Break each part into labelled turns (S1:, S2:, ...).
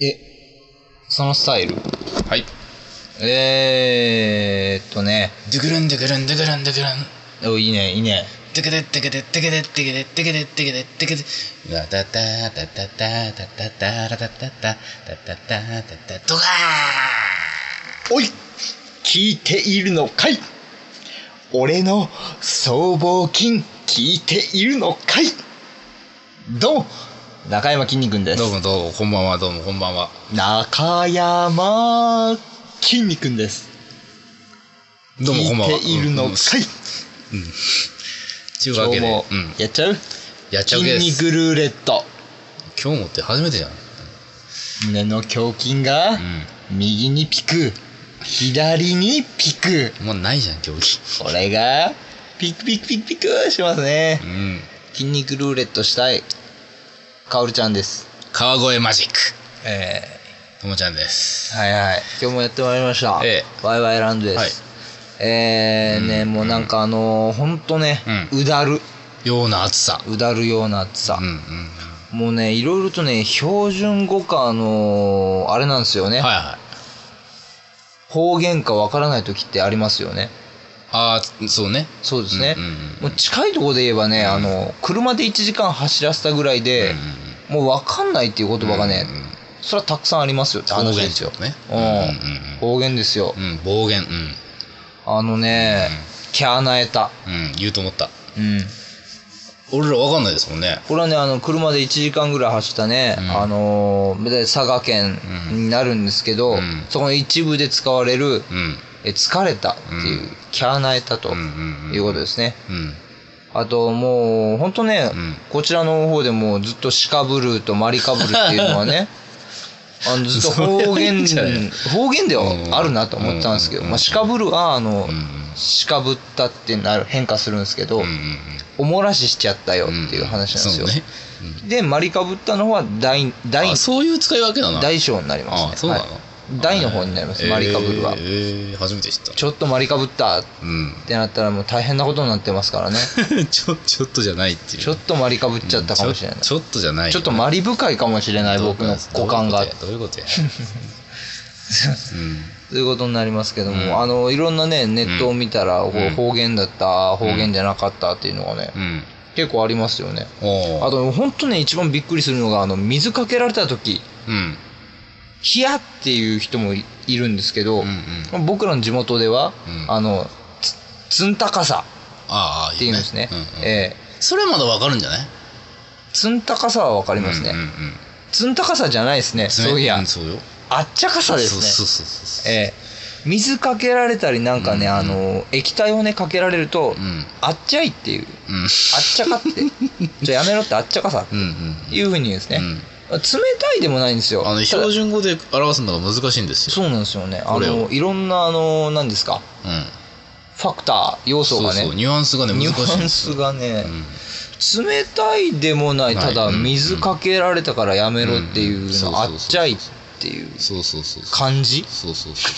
S1: え、そのスタイル。
S2: はい。
S1: えーっとね、
S2: ドゥクルンドゥクルンドゥクルンドゥクルン。
S1: おいいね、いいね。
S2: ドゥクデッドゥクデッドゥクデッドゥクデッドゥクデッドゥクデッドゥクデッ。わたたたたたたたたらたたたたたたたたドカ
S3: おい聞いているのかい俺の僧帽筋聞いているのかいどうも中山きんに君で
S2: ー
S3: す
S2: どうもどうも、こんばんはどうもこんばんは。
S3: 中山きんに君です
S2: どうもこんばんは。
S3: 聞いているのかい
S2: ちゅう
S3: 今
S2: わ
S3: 日
S2: けで
S3: も、
S2: うん。
S3: やっちゃう
S2: やっちゃうけ
S3: 筋
S2: です。
S3: 肉ルーレット
S2: 今日もって初めてじゃん。
S3: 胸の胸筋が
S2: う
S3: 右にピク左にピク
S2: ん。もうないじゃん、競技。
S3: これがピクピクピクピクしますね
S2: うん。
S3: 筋肉ルーレットしたいかおるちゃんです
S2: 川越マジック。
S3: え
S2: ともちゃんです。
S3: ー、はいはい今日もやってまいりました、
S2: え
S3: ワイワイランドです、えーね、
S2: うん
S3: もうなんかあのー、ほんとね、うだる
S2: ような暑さ。
S3: うだるような暑さ
S2: うん、うん。
S3: もうねいろいろとね標準語かあのーあれなんですよね、
S2: はいはい。
S3: 方言かわからない時ってありますよね
S2: ああ、そうね。
S3: そうですね、
S2: うんうんうん
S3: もう近いところで言えばね、
S2: うん
S3: あの車で1時間走らせたぐらいで、もうわかんないっていう言葉がね、
S2: うんうんうん
S3: それはたくさんありますよって話ですよ。
S2: 方言ですよね
S3: うん。方言ですよ
S2: う。ん、暴言。うん。
S3: あのね、キャーナエタ。
S2: うん、言うと思った。
S3: うん。
S2: 俺らわかんないですもんね。
S3: これはね、あの、車で1時間ぐらい走ったね、
S2: うん
S3: あのーで佐賀県になるんですけど、
S2: うん
S3: そこの一部で使われる、
S2: うん。
S3: え疲れたっていう、
S2: うん
S3: キャーナエタと
S2: うんうんうん
S3: いうことですね。
S2: うん。
S3: あと、もう、ほんとね、
S2: うん
S3: こちらの方でもうずっとシカブルーとマリカブルっていうのは ね、あのずっと方
S2: それはいい
S3: 言
S2: んじゃない、
S3: 方言では
S2: うん
S3: あるなと思ったんですけど、
S2: うん
S3: まあ、シカブルは、あ
S2: う
S3: の
S2: んう、ん
S3: シカブったってなる、変化するんですけど、
S2: うんうん
S3: おもらししちゃったよ
S2: うん
S3: っていう話なんですよ。
S2: そうね。
S3: で、マリカブったのは大、大
S2: あ、、そういう使い分けなの
S3: 大小になりますね。
S2: あ、そうなの
S3: はい大の方になりますマリカブルは
S2: えー、初めて知った。
S3: ちょっとマリカブったっ
S2: うん。
S3: てなったらもう大変なことになってますから ね。
S2: ちょ、ちょっとじゃないっていう。
S3: ちょっとマリカブっちゃったかもしれない。
S2: うんちょちょっとじゃないよ。
S3: ちょっとマリ深いかもしれない僕の股間が
S2: どういうことや。
S3: ということになりますけども、
S2: うん
S3: あのいろんなねネットを見たら、こう
S2: うん
S3: 方言だった方言じゃなかったっていうのがね、
S2: うん。うん。
S3: 結構ありますよね
S2: おー
S3: あと本当ね一番びっくりするのがあの水かけられた時
S2: うん。
S3: 「ヒヤ!」っていう人もいいるんですけど、
S2: うんうん。
S3: 僕らの地元では、
S2: うん
S3: あのつつんたかさ
S2: ああ、
S3: っていうんですね
S2: うんうん
S3: ええ
S2: それまだわかるんじゃない
S3: つんたかさはわか
S2: あ
S3: りますね、
S2: うんうん
S3: つんたかさじゃないですね
S2: うん。
S3: そういや、
S2: んそうよ。
S3: あっちゃかさですね
S2: そうそうそうそう。
S3: ええ水かけられたりなんかね、
S2: うんうん
S3: あの液体をねかけられると、
S2: うん。
S3: あっちゃいっていう
S2: うん。
S3: あっちゃか って。じゃあやめろってあっちゃかさ。
S2: うんうん。
S3: いうふうに言うんですね。冷たいでもないんですよ。
S2: うん。あの、
S3: ただ
S2: 標準語で表すのが難しいんですよ。
S3: そうなんですよね。あ
S2: これを
S3: の、いろんな、あの、何ですか、
S2: うん。
S3: ファクター、要素がね、
S2: そうそう、ニュアンスがね、難
S3: ニュ
S2: しいん
S3: ア
S2: で
S3: ン
S2: す
S3: ス
S2: よ。
S3: がね、冷たいでもない、
S2: ない
S3: ただ
S2: うん
S3: 水かけられたからやめろっていうの、
S2: うん
S3: あっちゃいっていう
S2: うん。そうそうそうそう。
S3: 感じ
S2: そうそうそう。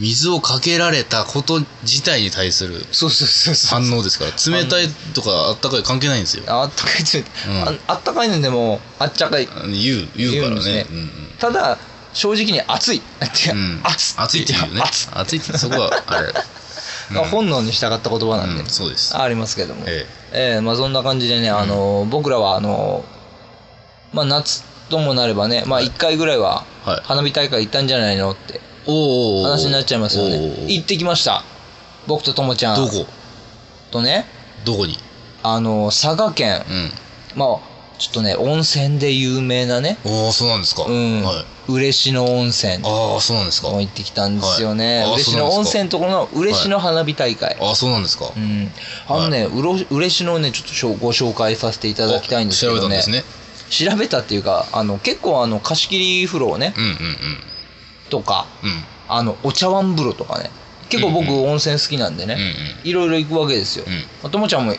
S2: 水をかけられたこと自体に対する
S3: そうそうそうそう。
S2: 反応ですから、冷たいとかあったかい関係ないんですよ。
S3: あったかいって、
S2: うん
S3: ああったかいのでも、あっちゃかい。
S2: あの言う、言う
S3: 言
S2: から
S3: うんで
S2: ね
S3: す。
S2: うんうん
S3: ただ、正直に熱い。って
S2: うん
S3: 熱
S2: 熱いっていうね
S3: 熱
S2: 熱いってそこはあれ
S3: まあ本能に従った言葉なんで、
S2: うんそうです
S3: ありますけども、え
S2: え
S3: えまあ、そんな感じでね、あの僕らはあの、まあ、夏ともなればね、まあ、1回ぐらいは
S2: はい
S3: 花火大会行ったんじゃないのって
S2: えおーおーおー
S3: 話になっちゃいますよね、
S2: おーおー
S3: 行ってきました僕とともちゃ
S2: ど
S3: ん
S2: こと
S3: ね
S2: どこに
S3: あの佐賀県
S2: う、ん
S3: まあ、ちょっとね温泉で有名なね、
S2: おおそうなんですか
S3: うん
S2: はい
S3: 嬉野温泉
S2: ああそうなんですか
S3: も行ってきたんですよね、
S2: はいあ
S3: 嬉
S2: そうなん
S3: 野
S2: ですか
S3: 温泉のところの嬉野花火大会、
S2: ああそうなんですか
S3: うん、あのね、うろ嬉野をね、ちょっとしょご紹介させていただきたいんですけ
S2: あ調べた
S3: ど
S2: ん
S3: ね、
S2: ですね
S3: 調べたっていうか、あの結構あの貸し切り風呂をね、
S2: うんうん
S3: とか、
S2: うんうん
S3: あのお茶碗風呂とかね、結構僕、
S2: う
S3: 温泉好きなんで
S2: うん
S3: ね、いろいろ行くわけですよ
S2: うんう。ん
S3: まあともちゃんも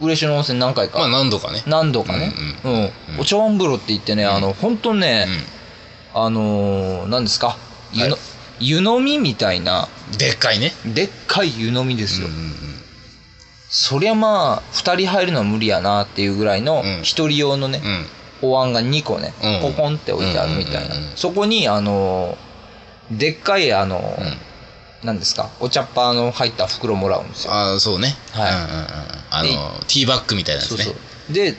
S3: 嬉野温泉何回か、
S2: まあ何度かね
S3: 何度かね、うん
S2: うん
S3: お茶碗風呂って言ってね、あの本当ね、あのー、何ですか、湯の,、
S2: はい
S3: 湯飲みみたいな、
S2: うんでっかいね
S3: でっかい湯飲みですよ。
S2: うんうん
S3: そりゃまあ2人入るのは無理やなっていうぐらいの
S2: うん
S3: 1人用のね、
S2: うんうん
S3: お椀が2個ね、
S2: うん
S3: ポコンって置いてあるみたいな、
S2: うんうんうんうん
S3: そこにあのでっかいあの、
S2: うん
S3: なんですかお茶っ葉の入った袋もらうんですよ
S2: ああ、そうね。
S3: はい
S2: うんうんうん。あの、ティーバッグみたいなやつ
S3: そう
S2: ね。
S3: そうで
S2: うん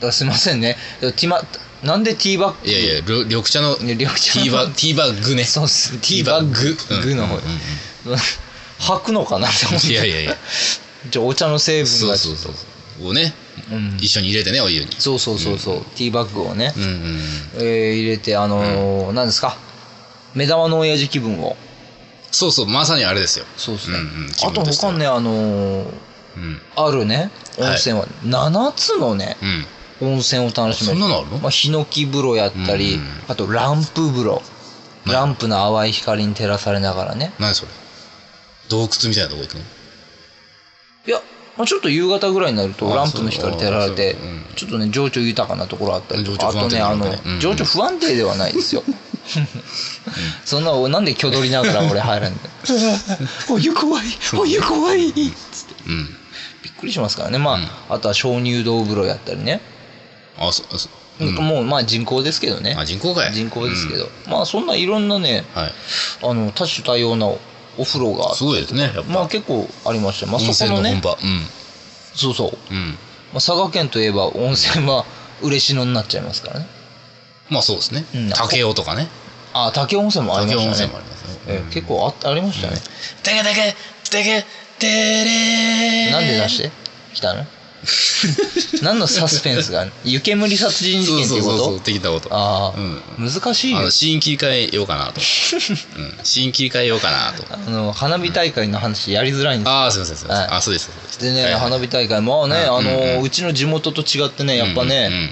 S2: うん。
S3: あすいませんねティマなんでティーバッグ
S2: いやいや、緑緑茶の、
S3: ね
S2: テ
S3: 緑茶の
S2: ィーバティーバッグね。
S3: そうっすティーバッググの方、
S2: うんうんうん
S3: 吐くのかなって思って
S2: いやいやいや。
S3: じゃあお茶の成分
S2: そう
S3: が
S2: そうそう。をね、
S3: うん
S2: 一緒に入れてね、お湯に。
S3: そうそうそうそう、ティーバッグをね、
S2: うんうんうん。
S3: えー入れてあのーなんですか目玉の親父気分を
S2: そうそう、まさにあれですよ。
S3: そうですね、
S2: うんうん気
S3: あと
S2: 分として
S3: 他
S2: は
S3: ねあのー
S2: うん。
S3: あるね
S2: はい
S3: 温泉は7つのね
S2: うん。
S3: 温泉を楽しめ
S2: そ
S3: る
S2: んなのあるの
S3: まあ、ヒノキ風呂やったり、
S2: うん
S3: あとランプ風呂
S2: うん
S3: ランプの淡い光に照らされながらね
S2: 何それ洞窟みたいなとこ行くの
S3: いや、まあ、ちょっと夕方ぐらいになると
S2: あ
S3: ランプの光照られて
S2: そうそううん
S3: ちょっとね情緒豊かなところあったりとかあ
S2: 情
S3: と
S2: 緒不安定
S3: ね
S2: な
S3: あ
S2: の
S3: の
S2: ねうん
S3: 情緒不安定ではないですよ そんなおなんで挙取りながら俺入 らんのお湯怖いお湯怖いびっ
S2: うん。
S3: くりしますからねまあ、
S2: うん
S3: あとは鍾乳洞風呂やったりね、
S2: あ、そう、そうん
S3: もうまあ人工ですけどね
S2: あ、人工かい
S3: 人工ですけど、
S2: うん
S3: まあそんないろんなね
S2: はい。
S3: あの多種多様なおお風呂が
S2: すごいですね、やっぱ。
S3: まあ結構ありましたまあ
S2: 温
S3: そ
S2: 泉
S3: この
S2: の本
S3: ね
S2: 場。
S3: そうそう
S2: うん。うん。
S3: まあ、佐賀県といえば温泉は嬉野になっちゃいますからね
S2: まあそうですね
S3: うん。
S2: 竹雄とかね。
S3: あ竹温泉もありま
S2: 竹雄温
S3: し
S2: 泉
S3: た
S2: もあ
S3: ね、
S2: ります
S3: え
S2: ね。
S3: ー結構あありましたね、
S2: てけてけ、てけ、てれー
S3: なんで出してきたの 何のサスペンスが湯煙殺人事
S2: そ
S3: 件って
S2: うそう
S3: いうこ
S2: そ
S3: と
S2: うそう、的なこと。
S3: ああ、
S2: う
S3: 難しいよ
S2: あの、シーン切り替えようか なと。うん。シーン切り替えようかなと。
S3: あの花火大会の話やりづらいんですよ
S2: ああ、すいません、すいませ
S3: はい
S2: ん。あ、そうです、そうです。
S3: でね、
S2: はい
S3: 花火大会もね、
S2: うん
S3: あの
S2: うんうん
S3: うちの地元と違ってねやっぱね、
S2: うんうんうん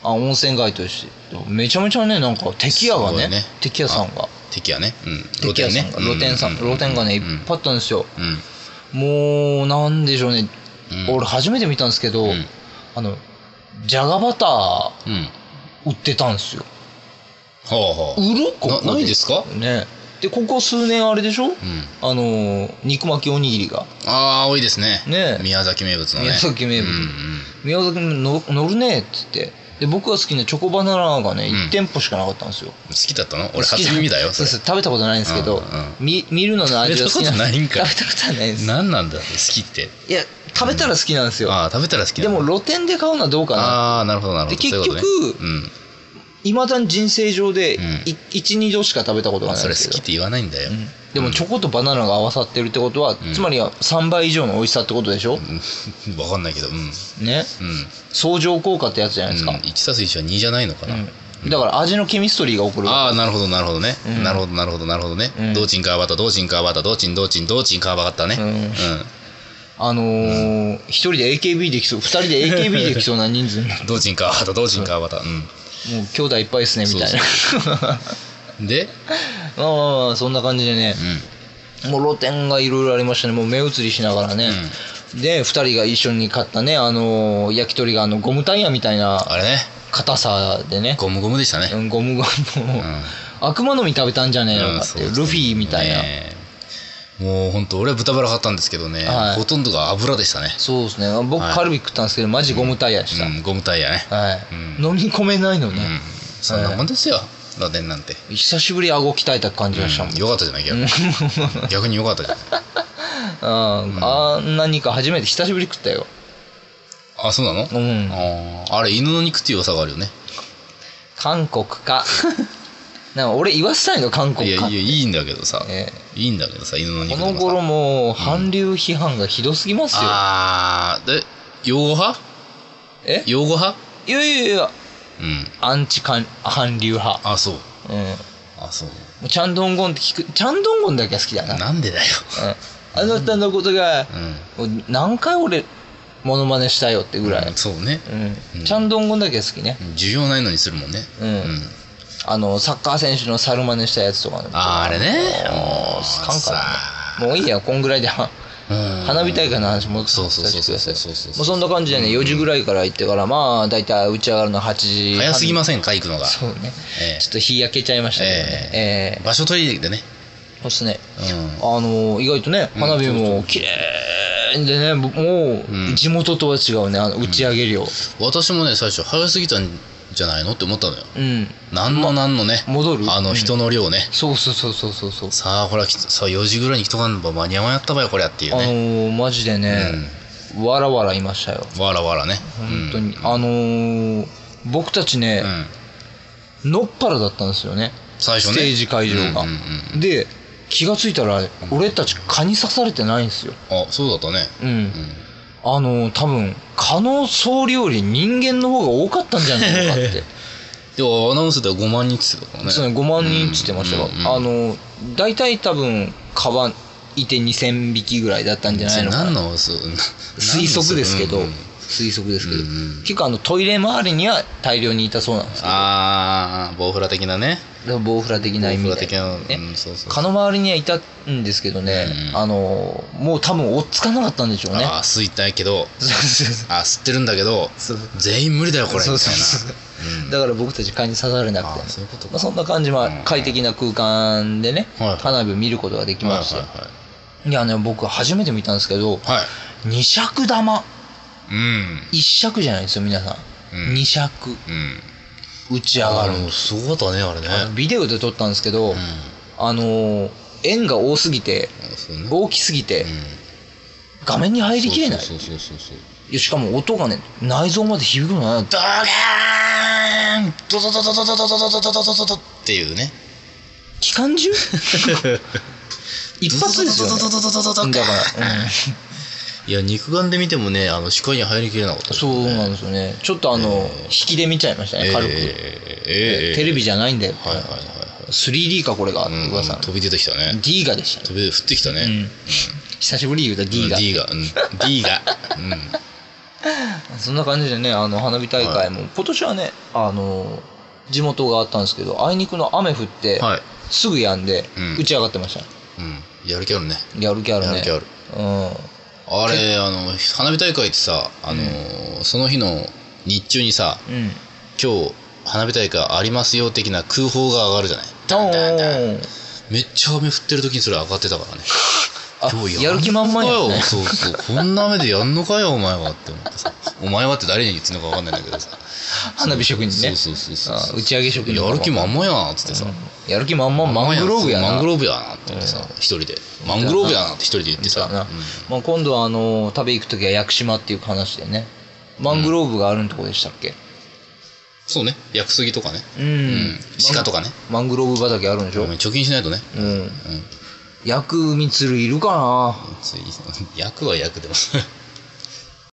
S3: あ温泉街としてめちゃめちゃねなんか敵屋が
S2: すご
S3: ね
S2: いね
S3: 敵屋さんが
S2: 敵やね。うん。露
S3: 敵屋
S2: 天
S3: さ
S2: ね
S3: んが。露天さん
S2: ううう
S3: 露天がねいっ
S2: うん
S3: ぱいあったんですよ、
S2: うん。
S3: もうなんでしょうね、
S2: うん
S3: 俺初めて見たんですけど、
S2: うん
S3: あのじゃがバター
S2: うん。
S3: 売ってたんですよ
S2: ほうほう。
S3: 売るここ
S2: なないですか
S3: ねでここ数年あれでしょ、
S2: うん。
S3: あのー肉巻きおにぎりが
S2: ああ、多いですね。
S3: ね
S2: 宮崎名物のね。
S3: 宮崎名物
S2: うん
S3: 宮崎にの乗るねっつってで僕が好きなチョコバナナがね
S2: うん
S3: 1店舗しかなかったんですよ、
S2: うん好きだったの俺
S3: 好き
S2: 初耳だよ。
S3: そうそう
S2: れ
S3: 食べたことないんですけど、
S2: うんうん
S3: み見るのの味が好き
S2: 食べたことないんかい
S3: 食べたことはないです
S2: 何なんだ好きって。
S3: いや食べたら好きなんですよ、
S2: ああ、食べたら好き
S3: で
S2: なの
S3: も露店で買うのはどうかな
S2: ああ、なるほど、なるほど。
S3: で
S2: そういうことね
S3: 結局
S2: うん。
S3: いまだに人生上で
S2: うん
S3: 12、度しか食べたことが
S2: まあ
S3: ない
S2: そ
S3: ん
S2: れ
S3: ですけ
S2: 好きっ
S3: ど、
S2: て言わないんだよ。
S3: うんでもチョコとバナナが合わさってるってことは、
S2: ん
S3: つまりは3倍以上の美味しさってことでしょ、
S2: うん。 わかんないけど、うん。うん。
S3: ね相乗効果ってやつじゃないですか、
S2: 1たす1は2じゃないのかな。
S3: うんだから味のケミストリーが起こる
S2: ああ、なるほど、なるほどね
S3: うん。
S2: なるほど、なるほど、なるほどね
S3: うん。
S2: どうちんかわばた、どうちんかわばた、どうちん、どうちん、どうちんかわばかったね。
S3: う
S2: うんん。
S3: あのー一人で AKB できそう二人で AKB できそうな人数になる
S2: どうちんかわばた、どうちんかわばた。う
S3: もう兄弟いっぱいですねみたいな
S2: ん。で、
S3: まあまあまあそんな感じでね
S2: う、ん。
S3: もう露店がいろいろありましたねもう目移りしながらね、で2人が一緒に買ったねあのー焼き鳥があのゴムタイヤみたいな
S2: あれね、
S3: 硬さでね
S2: ゴムゴムでしたね。
S3: うんゴムゴムの、
S2: うん
S3: 悪魔の実食べたんじゃねえのかっていう、
S2: うん
S3: ルフィみたいな、。
S2: そうですねもう本当俺は豚バラ買ったんですけどね、
S3: はい
S2: ほとんどが油でしたね。
S3: そうですね僕
S2: はい
S3: カルビ食ったんですけどマジゴムタイヤでした、
S2: うん、ゴムタイヤね。
S3: はい、
S2: うん
S3: 飲み込めないのね
S2: う、ん。そんなもんですよ、露天なんて。
S3: 久しぶり顎鍛えた感じがしたもん、
S2: うんよかったじゃない逆 に。逆によかったじゃない。
S3: あーあんなにか初めて久しぶり食ったよ
S2: あ、そうなの
S3: うん
S2: あーあれ、犬の肉っていう良さがあるよね。
S3: 韓国 かなんか俺言わせたいの韓
S2: い
S3: 国
S2: や、
S3: か
S2: いや、いいんだけどさ。
S3: え
S2: いいんだけどさ、犬の
S3: えこ
S2: 肉でも
S3: の
S2: さ
S3: 頃もう韓流批判がひどすぎますよ、
S2: あー、で、用語派
S3: え
S2: 用語派
S3: いやいやいや
S2: うん。
S3: アンチ韓韓流派
S2: あ、そう。
S3: うんも
S2: あ、そう。
S3: うチャンドンゴンって聞くチャンドンゴンだけは好きだな
S2: なんでだよ。
S3: うんあなたのことが、
S2: うん。
S3: 何回俺モノマネしたよってぐらい、
S2: そうね。
S3: うん
S2: うん
S3: ちゃんどんごんだけ好きね、
S2: 需要ないのにするもんね。
S3: うんあのサッカー選手の猿真似したやつとかね
S2: あーあれね
S3: もうすかん
S2: さ
S3: からねもういいやこんぐらいで
S2: うん
S3: 花火大会の話も
S2: そうそうそうそう
S3: さ
S2: そ
S3: せ
S2: うそ
S3: て
S2: う
S3: くださいもうそんな感じでね4時ぐらいから行ってからまあ大体打ち上がるの8時半
S2: 早すぎませんか行くのが、
S3: そうね、
S2: ええ
S3: ちょっと日焼けちゃいましたけどねええ
S2: 場所取りでね
S3: そうですね
S2: うん
S3: あの意外とね
S2: うん
S3: 花火
S2: そうそう
S3: も綺麗でねも
S2: う
S3: うん地元とは違うねあの打ち上げ量
S2: 私もね最初早すぎたんじゃないのって思ったのよ
S3: うん、
S2: なんのなんのね、
S3: 戻る
S2: あの人の量ね、
S3: そうそうそうそうそうそう
S2: さあほらきさあ4時ぐらいに来とかんば間に合わんやったばよこりゃっていう
S3: あの
S2: ね、
S3: ーマジでね、わらわらいましたよ
S2: わらわらね
S3: 本当に、
S2: うん
S3: あのー僕たちね
S2: う、ん
S3: のっぱらだったんですよね
S2: 最初ね
S3: ステージ会場が、
S2: うんうんうん
S3: で気がついたら俺たち蚊に刺されてないんですよ
S2: あそうだったね
S3: うん、
S2: うん
S3: あのー多分蚊の総量より人間の方が多かったんじゃないのか って
S2: でもアナウンスでは5万人っつってたからね
S3: そうね5万人っつってましたが、
S2: うんうんうん
S3: あのー大体多分蚊はいて2000匹ぐらいだったんじゃないのかな
S2: 何のそうな
S3: 推測ですけど、
S2: うんうん
S3: 推測ですけど、
S2: うんうん
S3: 結構あのトイレ周りには大量にいたそうなんですよ
S2: ああボウフラ的なね
S3: だからボウフラ的
S2: ボ
S3: な
S2: ウ
S3: 意味で
S2: フラ的な、
S3: ね
S2: うんそうそう
S3: 蚊の周りにはいたんですけどね、
S2: うん
S3: あのもう多分追っつかなかったんでしょうね
S2: ああ吸いたいけど
S3: そうそう
S2: あ吸ってるんだけど
S3: そうそう
S2: 全員無理だよこれみたい
S3: そう
S2: な
S3: そうそう
S2: うん
S3: だから僕たち蚊に刺されなくて
S2: ああそういうことか
S3: まあ、そんな感じ、まあ
S2: うん
S3: 快適な空間でね、
S2: はい
S3: 花火を見ることができました、
S2: はいいはいはい
S3: やね僕初めて見たんですけど
S2: はい
S3: 二尺玉
S2: うん
S3: 一尺じゃないですよ皆さん、
S2: うん
S3: 二尺
S2: うん
S3: 打ち上
S2: あ
S3: が
S2: あ
S3: る
S2: のすごかったねあれね
S3: あのビデオで撮ったんですけど、
S2: うん
S3: あのー円が多すぎて
S2: あそうね
S3: 大きすぎて
S2: うん
S3: 画面に入りきれない
S2: そうそうそうそうそう
S3: いやしかも音がね内臓まで響くのない
S2: ドガーンドドドドドドドドドドドドドドっていうね
S3: 機関銃一発ですよ、ね、
S2: ドドドドドドド
S3: だから、
S2: いや肉眼で見てもねあの視界に入りきれなかっ
S3: うん、
S2: た
S3: そうなんですよねちょっとあの、
S2: えー
S3: 引きで見ちゃいましたね軽く、
S2: ええ
S3: テレビじ
S2: ゃ
S3: ゃないんだよ、
S2: はいはいはい
S3: 3D かこれがって
S2: はい
S3: 噂、
S2: 飛び出てきたね
S3: D がでしたね
S2: 飛び出て降ってきた
S3: う
S2: ね
S3: ん久しぶりに言うた D が、
S2: D がうん D がうん
S3: そんな感じでねあの花火大会も、今年はねあの地元があったんですけどあいにくの雨降って、
S2: はい
S3: すぐやんで、
S2: うん
S3: 打ち上がってましたね
S2: うんやる気あるね
S3: やる気あるね
S2: やる気あるあれあの花火大会ってさあのその日の日中にさ
S3: うんうん
S2: 今日花火大会ありますよ的な空砲が上がるじゃない
S3: お
S2: ダンダンダン
S3: ー
S2: めっちゃ雨降ってる時にそれ上がってたからね
S3: あ
S2: 今日
S3: やる気満々や
S2: んのか
S3: ね
S2: よそうそうこんな雨でやんのかよお前はって思ってさお前はって誰に言ってんのか分かんないんだけどさ
S3: 花火職人ね
S2: そうそうそ う
S3: あ
S2: そう
S3: 打ち上げ職人
S2: やる気満々やなっつってさ、
S3: やる気満々マングローブやな
S2: マングローブやなって言ってさ
S3: うん
S2: 一人でマングローブやなって一人で言ってさ
S3: だな
S2: うん
S3: まあ、今度はあの食べ行く時は屋久島っていう話でねマングローブがあるんとこでしたっけ
S2: そうね屋久杉とかね
S3: うん、
S2: うん鹿とかね
S3: マングローブ畑あるんでし
S2: ご
S3: ょ
S2: めん貯金しないとね
S3: うん
S2: うん
S3: ヤクミツルいるか
S2: つい役は役でも